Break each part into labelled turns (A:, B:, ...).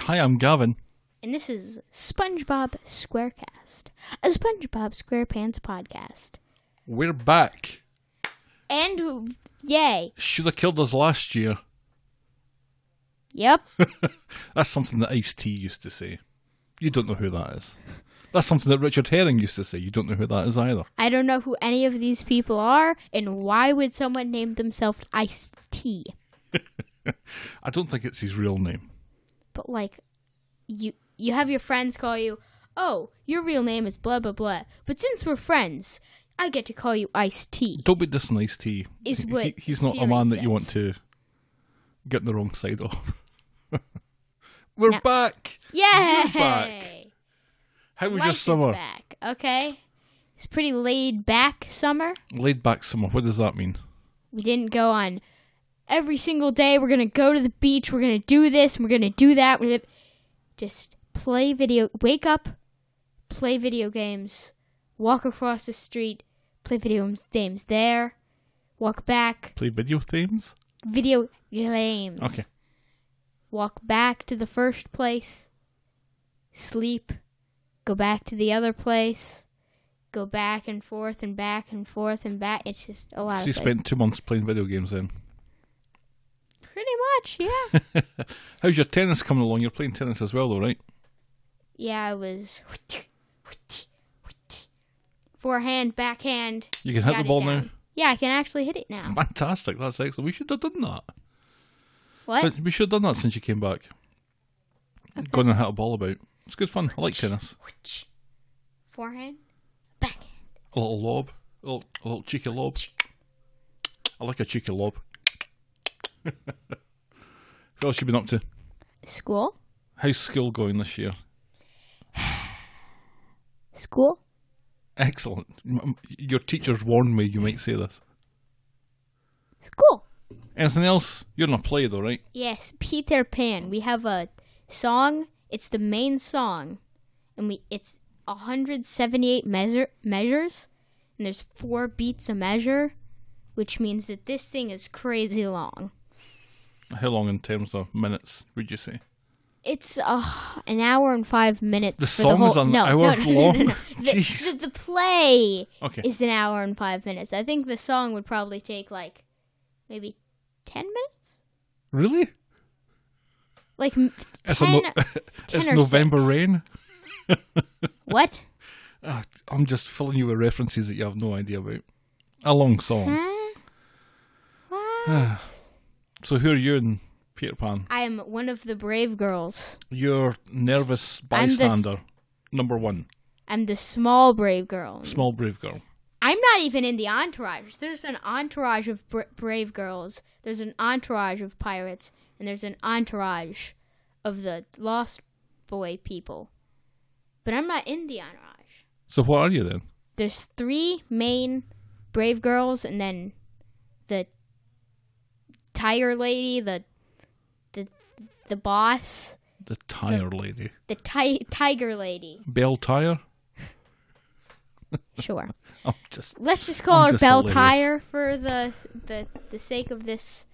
A: Hi, I'm Gavin.
B: and this is SpongeBob SquareCast, a SpongeBob SquarePants podcast.
A: We're back.
B: And yay,
A: Should have killed us last year.
B: yep,
A: That's something that Ice T used to say. You don't know who that is. That's something that Richard Herring used to say. You don't know who that is either.
B: I don't know who any of these people are, and why would someone name themselves Ice T?
A: I don't think it's his real name.
B: But like, you you have your friends call you, oh, your real name is blah blah blah. But since we're friends, I get to call you Ice T.
A: Don't be dissing Ice T.
B: Is
A: He-
B: what
A: he- he's not a
B: Siri
A: man that you
B: says.
A: want to get the wrong side of. We're
B: No.
A: back.
B: Yay!
A: back. How was
B: Life
A: your summer?
B: is back. Okay, it's pretty laid back summer.
A: Laid back summer. What does that mean?
B: We didn't go on every single day. We're gonna go to the beach. We're gonna do this. and We're gonna do that. We're gonna just play video. Wake up, play video games. Walk across the street, play video games there. Walk back,
A: Play video games?
B: video games.
A: Okay.
B: Walk back to the first place. Sleep. Go back to the other place. Go back and forth and back and forth and back. It's just a lot
A: So
B: of
A: you
B: things.
A: spent two months playing video games then.
B: Pretty much, yeah.
A: How's your tennis coming along? You're playing tennis as well, though, right?
B: yeah, I was. Forehand, backhand.
A: You can hit
B: got
A: the
B: it
A: ball
B: down. Yeah, I can actually hit it now.
A: now. Fantastic. That's excellent. We should have done that.
B: What?
A: Sin- We should have done that since you came back. Gone and hit a ball about. It's good fun. I like tennis.
B: Forehand, backhand.
A: A little lob. A little, a little cheeky lob. I like a cheeky lob. what else you been up to?
B: School?
A: How's school going this year?
B: School?
A: Excellent. M- m- Your teachers warned me you might say this.
B: School!
A: Anything else? You're in a play though, right?
B: Yes, Peter Pan. We have a song. It's the main song, and we it's 178 measure measures, and there's four beats a measure, which means that this thing is crazy long.
A: How long in terms of minutes would you say?
B: It's uh, an hour and five minutes.
A: The
B: for
A: song
B: whole,
A: is an
B: no,
A: hour
B: no, no, no, no, no,
A: long?
B: no. The,
A: Jeez.
B: The, the play
A: Okay.
B: is an hour and five minutes. I think the song would probably take like maybe ten minutes.
A: Really?
B: Like m-
A: It's, a
B: ten.
A: no- it's
B: or
A: November
B: six.
A: rain.
B: what?
A: Ah, I'm just filling you with references that you have no idea about. A long song.
B: Huh? What?
A: So who are you in Peter Pan?
B: I am one of the brave girls.
A: You're nervous
B: I'm the s-
A: bystander, number one,
B: I'm the small brave girl.
A: small brave girl.
B: I'm not even in the entourage. There's an entourage of br- brave girls. There's an entourage of pirates, and there's an entourage of the lost boy people. But I'm not in the entourage.
A: So what are you then?
B: There's three main brave girls, and then the tire lady, the the the boss,
A: The tire lady,
B: the ti- tiger lady.
A: Bell Tire.
B: Sure.
A: I'm just
B: let's just call
A: I'm
B: her
A: just
B: Bell
A: hilarious.
B: Tire for the the the sake of this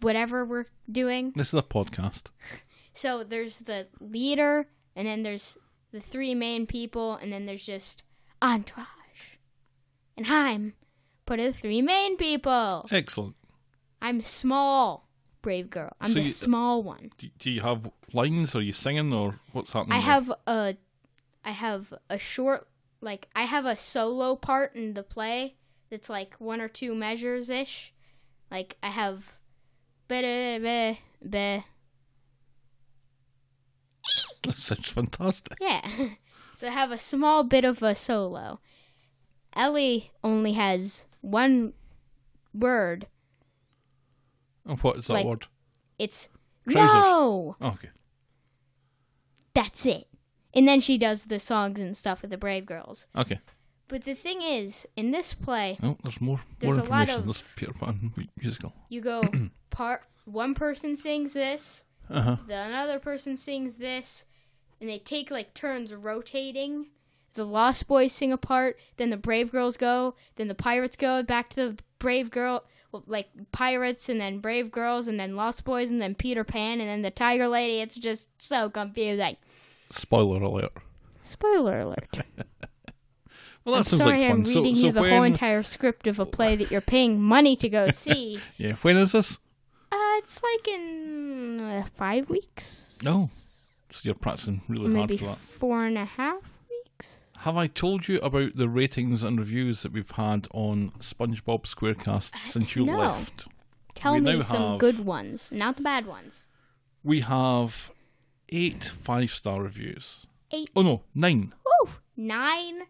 B: whatever we're doing.
A: this is a podcast.
B: So there's the leader and then there's the three main people and then there's just entourage. And I'm part of the three main people.
A: Excellent.
B: I'm small, brave girl. I'm
A: So
B: the
A: you-
B: small one.
A: Do, do you have lines? Are you singing or what's happening?
B: I
A: there?
B: have a I have a short like I have a solo part in the play that's like one or two measures ish. Like I have be be be
A: That sounds fantastic.
B: yeah. so I have a small bit of a solo. Ellie only has one word.
A: And what is that
B: Like-
A: word?
B: It's
A: Trousers.
B: no.
A: Oh, okay.
B: That's it. And then she does the songs and stuff with the Brave Girls.
A: Okay.
B: But the thing is, in this play,
A: Oh, there's more
B: There's
A: more
B: a lot
A: information.
B: of-
A: This Peter Pan mu- musical.
B: you go part one person sings this
A: Uh huh.
B: the another person sings this and they take like turns rotating the lost boys sing a part then the brave girls go then the pirates go back to the brave girl like pirates and then brave girls and then lost boys and then peter pan and then the tiger lady it's just so confusing
A: Spoiler alert.
B: spoiler alert
A: Well, that
B: i'm
A: sounds
B: sorry
A: like fun.
B: i'm reading
A: so,
B: you
A: so
B: the
A: when,
B: whole entire script of a play that you're paying money to go see
A: yeah, when is this?
B: uh, it's like in uh, five weeks
A: No, so you're practicing really
B: maybe
A: hard for that.
B: four and a half weeks
A: Have I told you about the ratings and reviews that we've had on SpongeBob SquareCast since you
B: No.
A: left?
B: tell
A: We now
B: me some
A: have-
B: good ones not the bad ones
A: We have eight five star reviews.
B: eight
A: Oh no, nine.
B: Ooh, nine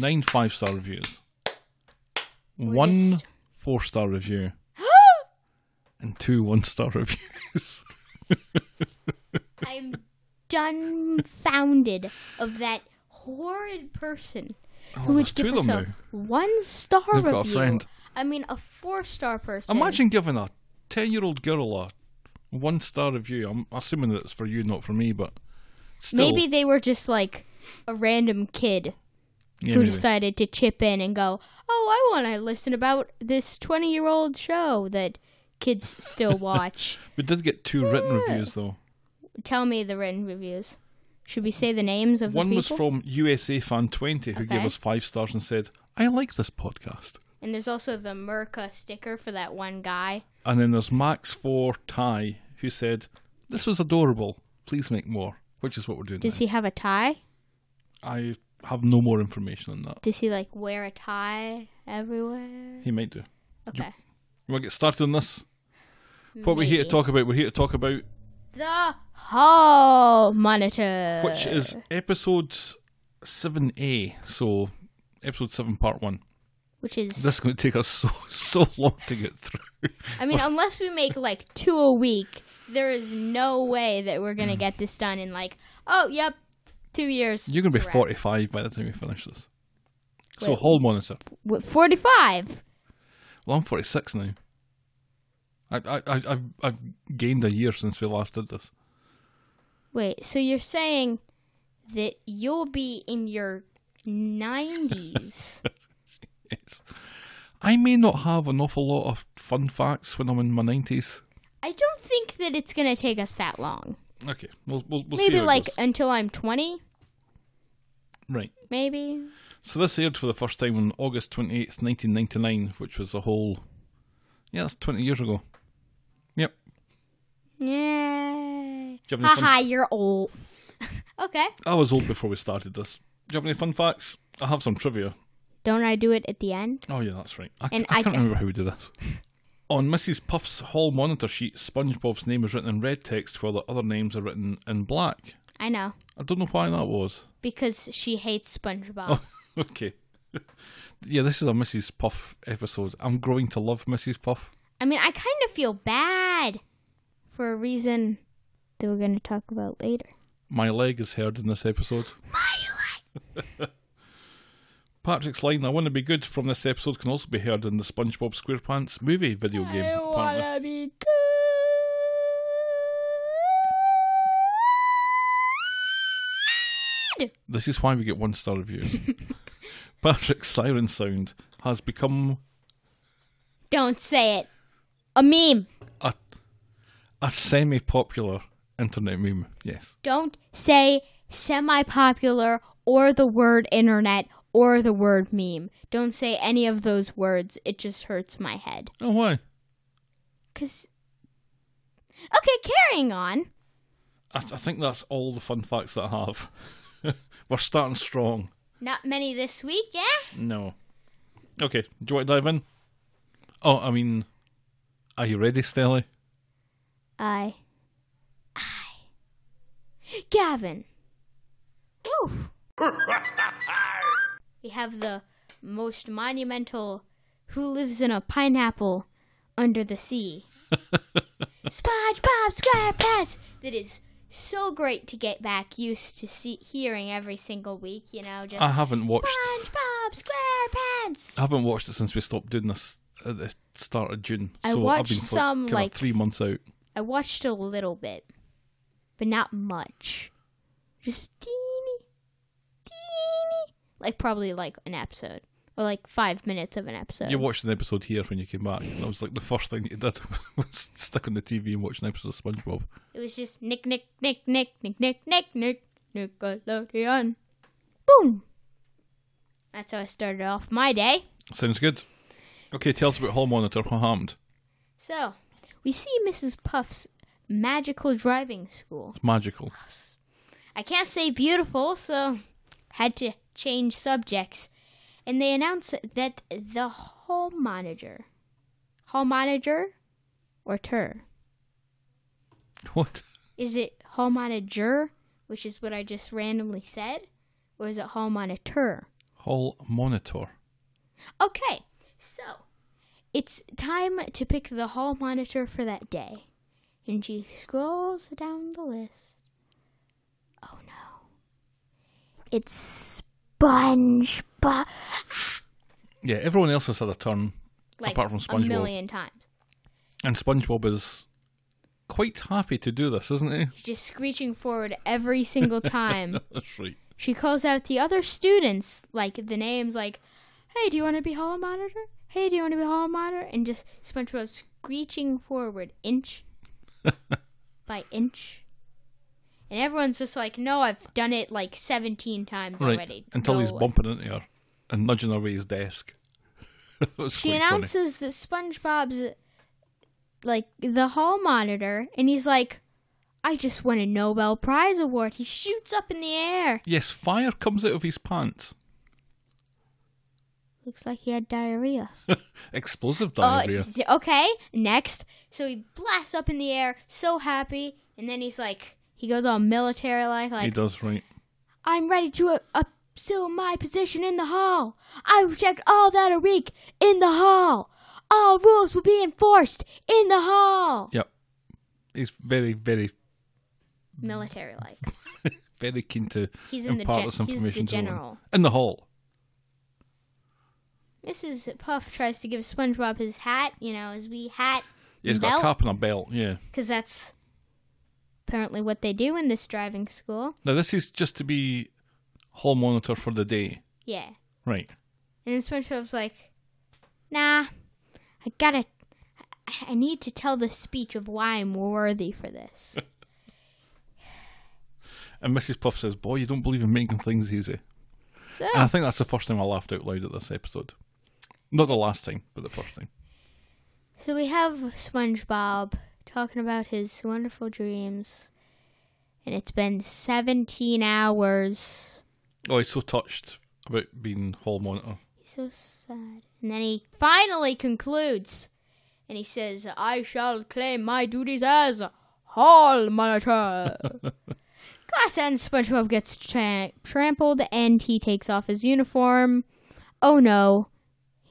A: Nine five star reviews.
B: We're
A: One
B: just-
A: four star review. and two one star reviews.
B: I'm dumbfounded of that horrid person who
A: Oh, there's
B: would give
A: two of
B: us
A: them
B: a
A: now.
B: one star
A: They've
B: review.
A: got a friend.
B: I mean, a four star person.
A: Imagine giving a 10 year old girl a one star review. I'm assuming that it's for you, not for me, but still.
B: maybe they were just like a random kid
A: Yeah,
B: who
A: maybe.
B: decided to chip in and go, "Oh, I want to listen about this twenty-year-old show that kids still watch."
A: We did get two written reviews, though.
B: Tell me the written reviews. Should we say the names of
A: One
B: the
A: was
B: people?
A: from USA Fan 20, who gave
B: Okay.
A: us five stars and said, I like this podcast.
B: and there's also the Merca sticker for that one guy.
A: And then there's Max 4 Ty, who said, This was adorable. Please make more, which is what we're doing
B: Does he have a tie?
A: now. I have no more information on that.
B: Does he like wear a tie everywhere?
A: He might do.
B: Okay.
A: You want to get started on this? What we're here to
B: Maybe.
A: talk about, we're here to talk about
B: The hall monitor.
A: which
B: Uh.
A: is episode 7A, so episode 7, part 1.
B: Which is.
A: This is going to take us so, so long to get through.
B: I mean, unless we make like two a week, there is no way that we're gonna get this done in like. Oh, yep, two years.
A: You're going to be
B: It's a wrap.
A: 45 by the time we finish this. So,
B: Wait.
A: hall monitor.
B: What, Forty-five.
A: Well, I'm 46 now. I, I, I, I've, I've gained a year since we last did this.
B: Wait, so you're saying that you'll be in your nineties?
A: Yes. I may not have an awful lot of fun facts when I'm in my 90s.
B: I don't think that it's gonna take us that long.
A: Okay, we'll, we'll, we'll see.
B: Maybe
A: how it
B: like
A: goes.
B: until I'm twenty.
A: Right.
B: Maybe
A: So this aired for the first time on August 28th, 1999, which was a whole. Yeah, that's 20 years ago. Yep.
B: Yay.
A: Do you have any
B: Haha, you're old. okay.
A: I was old before we started this. Do you have any fun facts? I have some trivia.
B: Don't I do it at the end?
A: Oh, yeah, that's right. I,
B: And
A: I
B: I
A: can't
B: ca-
A: remember how we do this. on Mrs. Puff's hall monitor sheet, SpongeBob's name is written in red text while the other names are written in black.
B: I know.
A: I don't know why that was.
B: Because she hates SpongeBob.
A: Oh. okay. yeah, this is a Mrs. Puff episode. I'm growing to love Mrs. Puff.
B: I mean, I kind of feel bad for a reason that we're going to talk about later.
A: My leg is hurt in this episode. Patrick's line, I want to be good, from this episode can also be heard in the SpongeBob SquarePants movie video game. apparently.
B: be good.
A: This is why we get one star reviews. Patrick's siren sound has become
B: Don't say it. A meme.
A: a, a semi popular internet meme. Yes.
B: Don't say semi popular or the word internet or the word meme. Don't say any of those words. It just hurts my head.
A: Oh, why?
B: Cause okay, carrying on.
A: I, I think that's all the fun facts that I have. We're starting strong.
B: Not many this week, yeah.
A: No. Okay, do you want to dive in? Oh, I mean, are you ready, Stelly?
B: I, I, Gavin. Woo. we have the most monumental "Who lives in a pineapple under the sea?" SpongeBob SquarePants. That is so great to get back used to see, hearing every single week. You know, just
A: I haven't watched.
B: SpongeBob SquarePants.
A: I haven't watched it since we stopped doing this at the start of June.
B: I
A: so I've
B: watched
A: been
B: some,
A: kind
B: like-
A: of three months out.
B: I watched a little bit, but not much. Just teeny, teeny, like probably like an episode. or like five minutes of an episode.
A: You watched an episode here when you came back, and that was like the first thing you did was stick on the TV and watch an episode of SpongeBob.
B: It was just Nick, Nick, Nick, Nick, Nick, Nick, Nick, Nick, Nickelodeon. Boom. That's how I started off my day.
A: Sounds good. Okay, tell us about Hall Monitor. What happened?
B: So, we see Mrs. Puff's magical driving school.
A: It's magical.
B: I can't say beautiful, so had to change subjects. And they announce that the hall manager, hall manager, or tur?
A: What?
B: Is it hall manager, which is what I just randomly said, or is it hall monitor?
A: Hall Monitor.
B: Okay, so it's time to pick the hall monitor for that day. And she scrolls down the list. Oh no. It's SpongeBob.
A: Yeah, everyone else has had a turn,
B: Like
A: apart from
B: a
A: SpongeBob.
B: million times.
A: and SpongeBob is quite happy to do this, isn't he?
B: She's just screeching forward every single time.
A: That's right.
B: she calls out the other students, like the names, like, hey, do you want to be hall monitor? Hey, do you want to be hall monitor? And just SpongeBob screeching forward inch by inch. And everyone's just like, no, I've done it like 17 times
A: Right.
B: already.
A: Until
B: No
A: he's
B: way."
A: bumping into her and nudging her with his desk. That was
B: She
A: quite
B: announces that SpongeBob's like the hall monitor, and he's like, I just won a Nobel Prize award. He shoots up in the air.
A: funny. Yes, fire comes out of his pants.
B: Looks like he had diarrhea.
A: Explosive
B: Oh,
A: diarrhea.
B: it's- okay. Next, so he blasts up in the air, so happy, and then he's like, he goes all military like,
A: he
B: like
A: does, right.
B: I'm ready to uh, assume my position in the hall. I reject all that are weak in the hall. All rules will be enforced in the hall.
A: Yep. He's very, very,
B: Military like.
A: very keen to
B: He's in the
A: impart
B: gen-
A: this
B: he's
A: information
B: the
A: to everyone.
B: general.
A: In the hall.
B: Mrs. Puff tries to give SpongeBob his hat, you know, his wee hat,
A: Yeah, he's got a
B: Belt.
A: cap and a belt, yeah.
B: because that's apparently what they do in this driving school.
A: Now, this is just to be hall monitor for the day.
B: Yeah.
A: Right.
B: And then SpongeBob's like, nah, I gotta, I- I need to tell the speech of why I'm worthy for this.
A: And Mrs. Puff says, Boy, you don't believe in making things easy.
B: So,
A: And I think that's the first time I laughed out loud at this episode. Not the last time, but the first time.
B: so we have SpongeBob talking about his wonderful dreams. And it's been 17 hours.
A: Oh, he's so touched about being hall monitor.
B: He's so sad. And then he finally concludes. And he says, I shall claim my duties as hall monitor. Class ends. SpongeBob gets tra- trampled and he takes off his uniform. Oh no.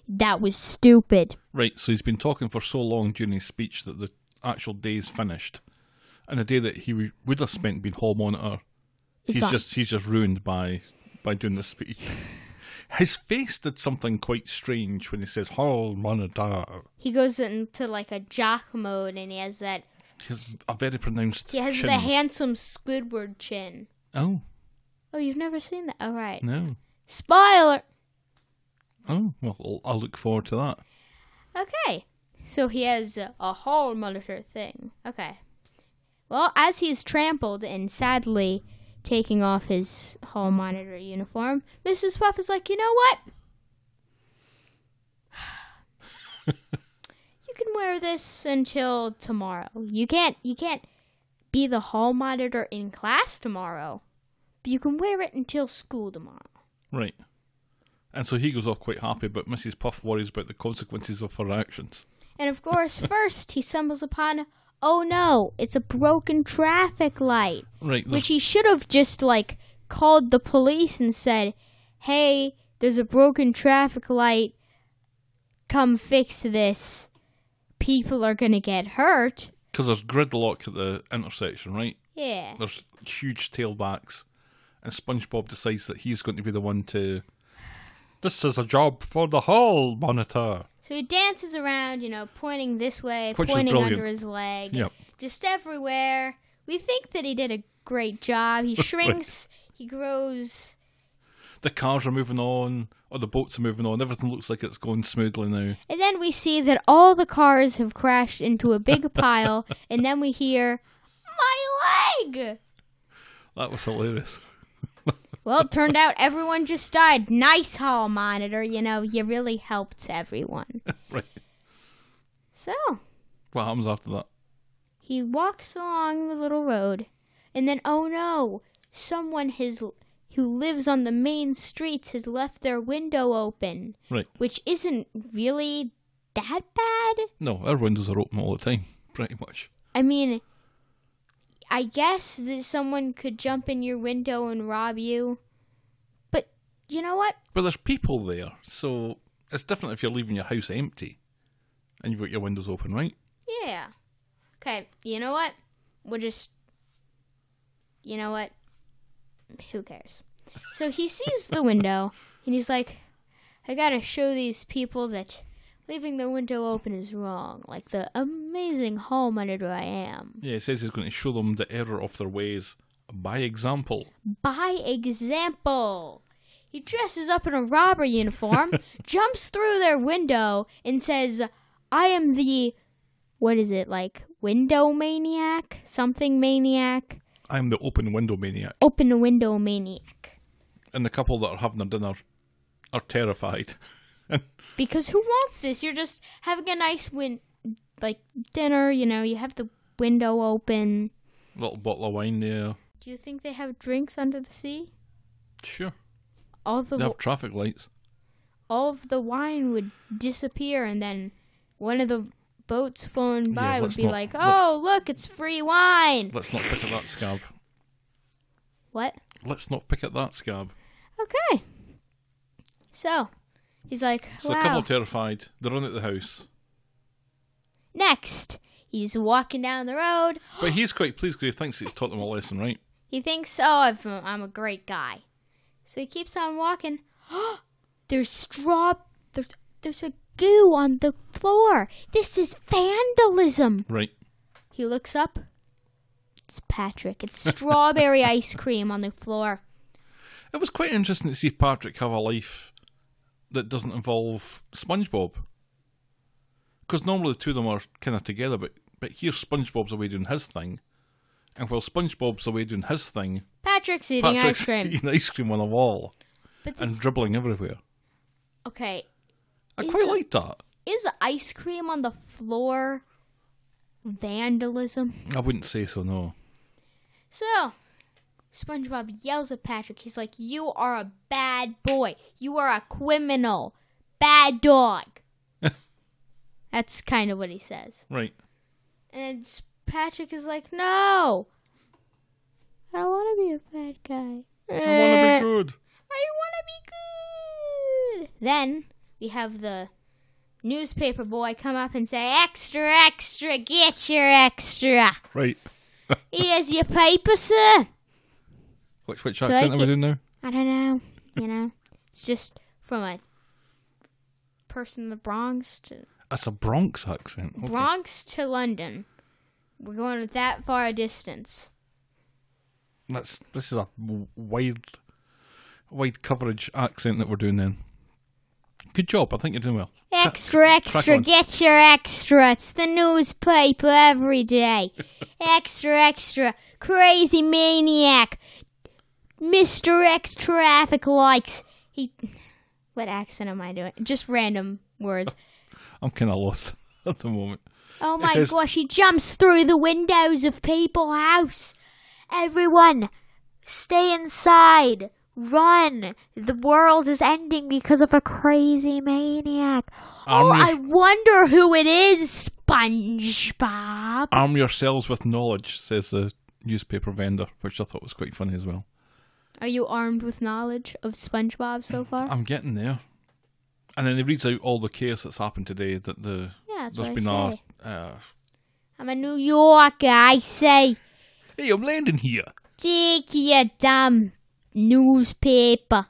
B: That was stupid.
A: Right, so he's been talking for so long during his speech that the actual day's finished. And the day that he w- would have spent being hall monitor,
B: He's
A: he's
B: gone.
A: just he's just ruined by by doing this speech. His face did something quite strange when he says hall monitor.
B: he goes into like a jock mode and he has that.
A: He has a very pronounced
B: He has
A: chin.
B: the handsome Squidward chin.
A: oh,
B: Oh, you've never seen that? All right.
A: no.
B: Spoiler!
A: Oh, well, I'll, I'll look forward to that.
B: Okay. So he has a hall monitor thing. Okay. Well, as he's trampled and sadly taking off his hall monitor uniform, Mrs. Puff is like, you know what? you can wear this until tomorrow. You can't you can't be the hall monitor in class tomorrow. But you can wear it until school tomorrow.
A: Right. And so he goes off quite happy, but Mrs. Puff worries about the consequences of her actions.
B: And of course, first he stumbles upon, oh no, it's a broken traffic light,
A: Right. there's-
B: which he should have just like called the police and said, hey, there's a broken traffic light. Come fix this. People are gonna get hurt.
A: because there's gridlock at the intersection, right?
B: Yeah.
A: There's huge tailbacks, and SpongeBob decides that he's going to be the one to. This is a job for the hall monitor.
B: So he dances around, you know, pointing this way,
A: Which is
B: pointing
A: brilliant.
B: under his leg,
A: Yep.
B: just everywhere. We think that he did a great job. He shrinks, he grows
A: the cars are moving on, or the boats are moving on. Everything looks like it's going smoothly now.
B: And then we see that all the cars have crashed into a big pile, and then we hear, My leg!
A: That was hilarious.
B: Well, it turned out everyone just died. Nice hall monitor, you know, you really helped everyone.
A: right.
B: So,
A: What happens after that?
B: he walks along the little road, and then, oh no, someone has, who lives on the main streets has left their window open,
A: Right.
B: which isn't really that bad.
A: No, our windows are open all the time, pretty much.
B: I mean, I guess that someone could jump in your window and rob you. But you know what?
A: But there's people there, so it's different if you're leaving your house empty and you've got your windows open, right?
B: Yeah. Okay, you know what? We'll just. You know what? Who cares? So he sees the window and he's like, I gotta show these people that leaving their window open is wrong. Like the amazing hall monitor I am.
A: Yeah, it says he's going to show them the error of their ways by example.
B: by example. He dresses up in a robber uniform, jumps through their window, and says, I am the, what is it, like, window maniac? Something maniac?
A: I'm the open window maniac.
B: Open the window maniac.
A: And the couple that are having their dinner are terrified.
B: Because who wants this? You're just having a nice win, like, dinner, you know, you have the window open.
A: Little bottle of wine there.
B: Do you think they have drinks under the sea?
A: Sure.
B: All the
A: They have traffic lights.
B: all of the wine would disappear, and then one of the boats flown by would
A: let's
B: be
A: not-
B: like,
A: let's-
B: "Oh, look, it's free wine."
A: Let's not pick at that scab.
B: What?
A: Let's not pick at that scab.
B: Okay. So he's like,
A: So the couple
B: "Wow."
A: are terrified. They run out the house.
B: Next, he's walking down the road.
A: But he's quite pleased because he thinks he's taught them a lesson, right?
B: He thinks, "Oh, I've, I'm a great guy," so he keeps on walking. there's straw. There's there's a goo on the floor. This is vandalism.
A: Right.
B: He looks up. It's Patrick. It's strawberry ice cream on the floor.
A: It was quite interesting to see Patrick have a life that doesn't involve SpongeBob. Because normally the two of them are kind of together, but, but here SpongeBob's away doing his thing. And while SpongeBob's away doing his thing,
B: Patrick's eating
A: Patrick's
B: ice cream.
A: eating ice cream on a wall
B: But the-
A: and dribbling everywhere.
B: Okay,
A: I
B: Is
A: quite
B: it-
A: liked that.
B: is ice cream on the floor vandalism?
A: I wouldn't say so, no.
B: So, SpongeBob yells at Patrick. He's like, "You are a bad boy. You are a criminal. Bad dog." That's kind of what he says.
A: Right.
B: And s- Patrick is like, "No, I don't want to be a bad guy.
A: I want
B: Eh.
A: to be good.
B: I want to be good." Then we have the newspaper boy come up and say, "Extra, extra, get your extra.
A: Right.
B: Here's your paper, sir."
A: Which, which
B: I
A: accent are we
B: get-
A: doing now?
B: I don't know. You know, it's just from a person in the Bronx to
A: That's a Bronx accent. Okay.
B: Bronx to London. We're going that far a distance.
A: That's this is a w- wide, wide coverage accent that we're doing. Then, good job. I think you're doing well.
B: Extra, extra,
A: on.
B: get your extra. It's the newspaper every day. extra, extra, crazy maniac. Mr. X traffic likes. He. What accent am I doing? Just random words.
A: I'm kind of lost at the moment.
B: Oh my
A: says-
B: gosh, he jumps through the windows of people house. Everyone, stay inside. Run. The world is ending because of a crazy maniac.
A: Arm,
B: oh,
A: your-
B: I wonder who it is, SpongeBob.
A: arm yourselves with knowledge, says the newspaper vendor, which I thought was quite funny as well.
B: Are you armed with knowledge of SpongeBob so far?
A: I'm getting there. And then he reads out all the chaos that's happened today. That the
B: Yeah, that's
A: there's
B: what I
A: been
B: say.
A: a uh,
B: I'm a New Yorker. I say,
A: hey, I'm landing here.
B: take your damn newspaper.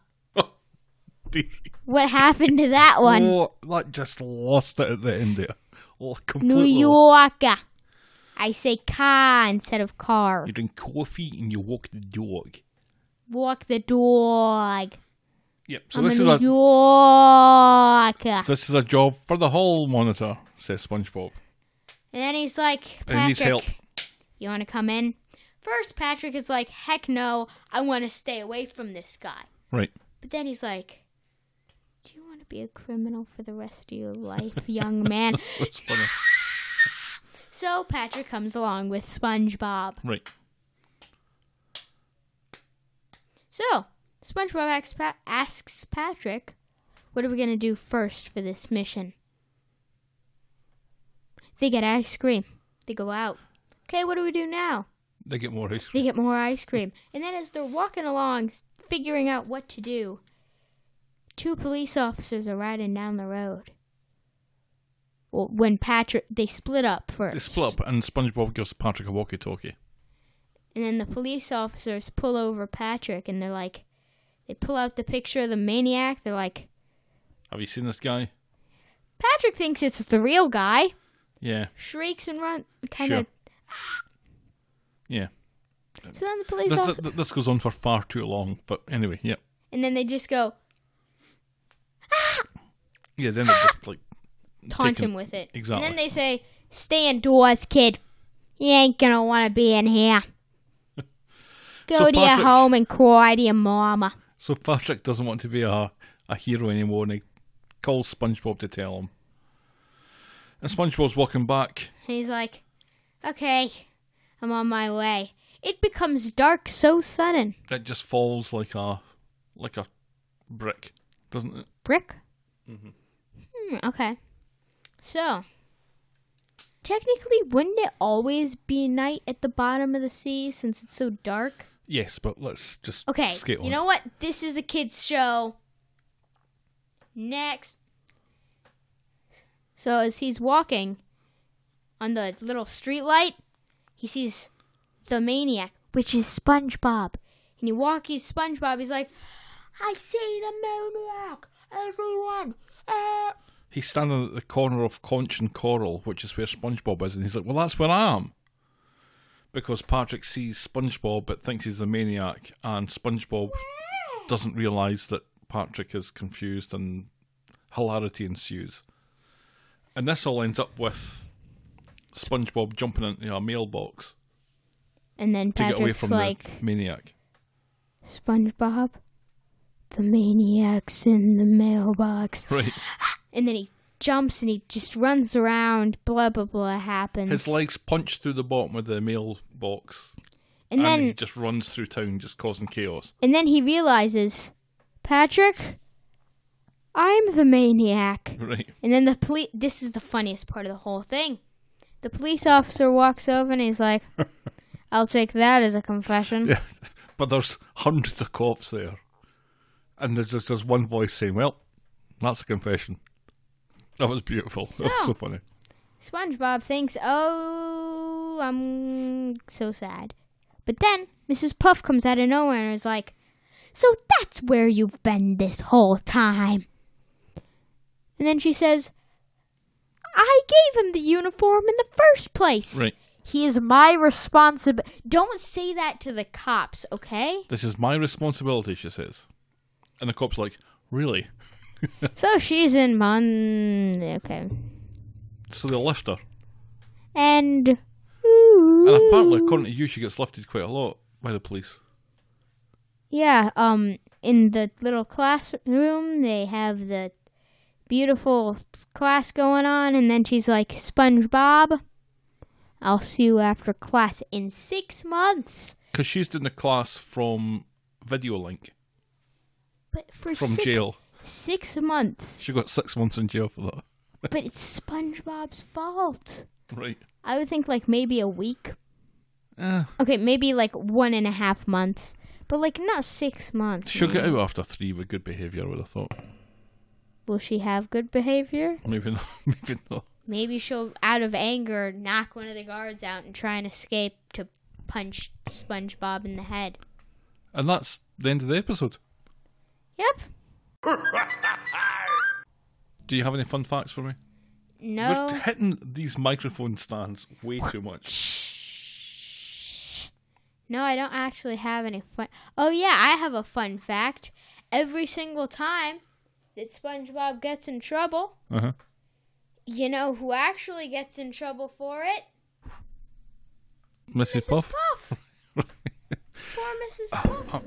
B: What happened to that one?
A: Oh, that just lost it at the end there. Oh,
B: New
A: completely lost.
B: Yorker. I say car instead of car.
A: You drink coffee and you walk the dog.
B: Walk the dog.
A: Yep. So
B: I'm
A: this
B: a
A: is
B: New
A: a
B: Yorker.
A: this is a job for the hall monitor, says SpongeBob.
B: And then he's like, Patrick,
A: And he needs help.
B: you want to come in? First, Patrick is like, heck no, I want to stay away from this guy.
A: Right.
B: But then he's like, do you want to be a criminal for the rest of your life, young man?
A: That's funny.
B: So Patrick comes along with SpongeBob.
A: Right.
B: So SpongeBob asks, pa- asks Patrick, what are we going to do first for this mission? They get ice cream. They go out. Okay, what do we do now?
A: They get more ice cream.
B: They get more ice cream. And then as they're walking along, s- figuring out what to do, two police officers are riding down the road. Well, when Patrick, they split up first.
A: They split up, and SpongeBob gives Patrick a walkie-talkie.
B: And then the police officers pull over Patrick and they're like, they pull out the picture of the maniac. They're like,
A: Have you seen this guy?
B: Patrick thinks it's the real guy.
A: Yeah.
B: Shrieks and runs. Kind
A: Sure.
B: of.
A: Yeah.
B: So then the police
A: This,
B: officers.
A: th- th- this goes on for far too long, but anyway, yeah.
B: And then they just go
A: Yeah, then they just like
B: taunt
A: taking-
B: him with it. And
A: exactly.
B: then they say, "Stay indoors, kid. You ain't gonna want to be in here. Go
A: So
B: to your
A: Patrick-
B: home and cry to your mama."
A: So Patrick doesn't want to be a a hero anymore, and he calls SpongeBob to tell him. And SpongeBob's walking back.
B: And he's like, "Okay, I'm on my way." It becomes dark so sudden.
A: It just falls like a like a brick, doesn't it?
B: Brick.
A: Mm-hmm.
B: Hmm, okay. So, technically, wouldn't it always be night at the bottom of the sea since it's so dark?
A: Yes, but let's just
B: Okay.
A: skate on.
B: You know what? This is a kids show. Next. So as he's walking on the little street light, he sees the maniac, which is SpongeBob. And you walk he's SpongeBob, he's like, I see the maniac, everyone. Uh.
A: He's standing at the corner of Conch and Coral, which is where SpongeBob is, and he's like, "Well, that's where I am," because Patrick sees SpongeBob but thinks he's the maniac, and SpongeBob doesn't realise that Patrick is confused, and hilarity ensues. And this all ends up with SpongeBob jumping into a mailbox
B: And then
A: to get away
B: Patrick's
A: from
B: like,
A: the maniac.
B: SpongeBob, the maniac's in the mailbox.
A: Right,
B: and then he jumps and he just runs around. Blah blah blah happens.
A: his legs punch through the bottom of the mailbox,
B: and
A: and
B: then
A: he just runs through town, just causing chaos.
B: and then he realizes, Patrick, I'm the maniac.
A: Right.
B: And then the police. This is the funniest part of the whole thing. The police officer walks over and he's like, "I'll take that as a confession."
A: Yeah, but there's hundreds of cops there, and there's just there's one voice saying, "Well, that's a confession." That was beautiful. that was
B: So-
A: so funny.
B: SpongeBob thinks, "Oh, I'm so sad." But then Mrs. Puff comes out of nowhere and is like, "So that's where you've been this whole time." And then she says, "I gave him the uniform in the first place.
A: Right.
B: He is my responsibility. Don't say that to the cops, okay?"
A: This is my responsibility, she says, and the cop's like, "Really?"
B: so she's in Mon. Okay.
A: So they lift her,
B: And
A: and apparently, according to you, she gets lifted quite a lot by the police.
B: Yeah, um in the little classroom they have the beautiful class going on and then she's like SpongeBob, I'll see you after class in 6 months.
A: Because she's doing the class from Video Link
B: But for
A: from
B: six,
A: jail.
B: 6 months.
A: She got six months in jail for that.
B: But it's SpongeBob's fault.
A: Right.
B: I would think like maybe a week.
A: Eh,
B: Okay, maybe like one and a half months. But like not six months.
A: she'll
B: man.
A: get out after three with good behaviour. I would have thought.
B: Will she have good behavior?
A: Maybe not. Maybe not.
B: Maybe she'll, out of anger, knock one of the guards out and try and escape to punch SpongeBob in the head.
A: And that's the end of the episode.
B: Yep.
A: Do you have any fun facts for me? We're
B: No.
A: hitting these microphone stands way too much.
B: No, I don't actually have any fun. Oh, yeah, I have a fun fact. every single time that SpongeBob gets in trouble,
A: Uh huh.
B: you know who actually gets in trouble for it?
A: Mrs.
B: Mrs.
A: Puff.
B: Puff. Poor Mrs. Puff.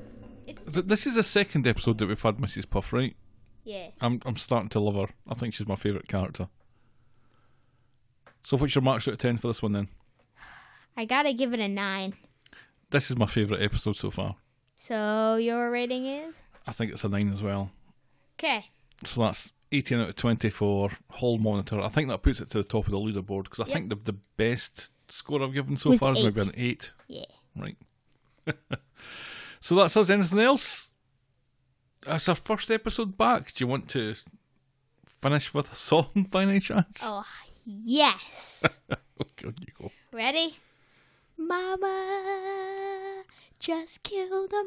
B: It's,
A: Th- this is the second episode that we've had Mrs. Puff, right?
B: yeah.
A: I'm I'm starting to love her. I think she's my favourite character. So what's your marks out of ten for this one then?
B: I gotta give it a nine.
A: This is my favourite episode so far.
B: So your rating is
A: I think it's a nine as well.
B: okay.
A: So that's eighteen out of twenty for Hall Monitor. I think that puts it to the top of the leaderboard because I think the the best score I've given so
B: Was
A: far is maybe
B: eight.
A: an eight.
B: Yeah.
A: Right. so that's us. Anything else? That's our first episode back. Do you want to finish with a song by any chance?
B: Oh yes.
A: Oh, God, you go.
B: Ready? Mama just killed a man.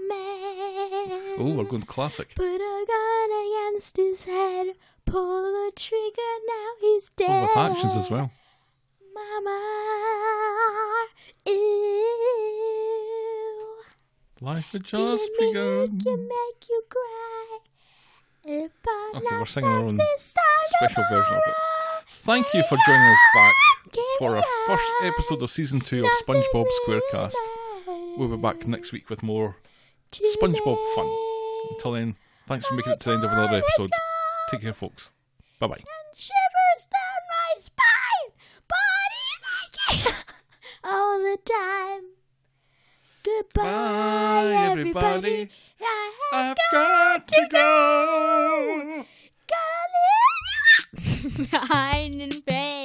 A: Oh, we're going classic.
B: Put a gun against his head. Pull a trigger. Now he's
A: Oh,
B: dead.
A: with actions as well.
B: Mama. Ew.
A: Life had
B: Let
A: just
B: me
A: begun.
B: make you, make you cry. If I'm
A: Okay,
B: not
A: we're singing our own
B: this time
A: special version of it.
B: tomorrow,
A: Thank you for joining us back
B: Give
A: for our
B: me
A: first
B: up.
A: episode of season two of
B: nothing
A: SpongeBob
B: really
A: Squarecast. We'll be back next week with more
B: matters
A: SpongeBob fun.
B: today.
A: Until then, thanks for making it to the end of another episode. Take care, folks. Bye bye.
B: and shivers down my spine. Body's aching all the time. Goodbye,
A: Bye, everybody.
B: everybody. I have
A: got to go.
B: got to live behind and face.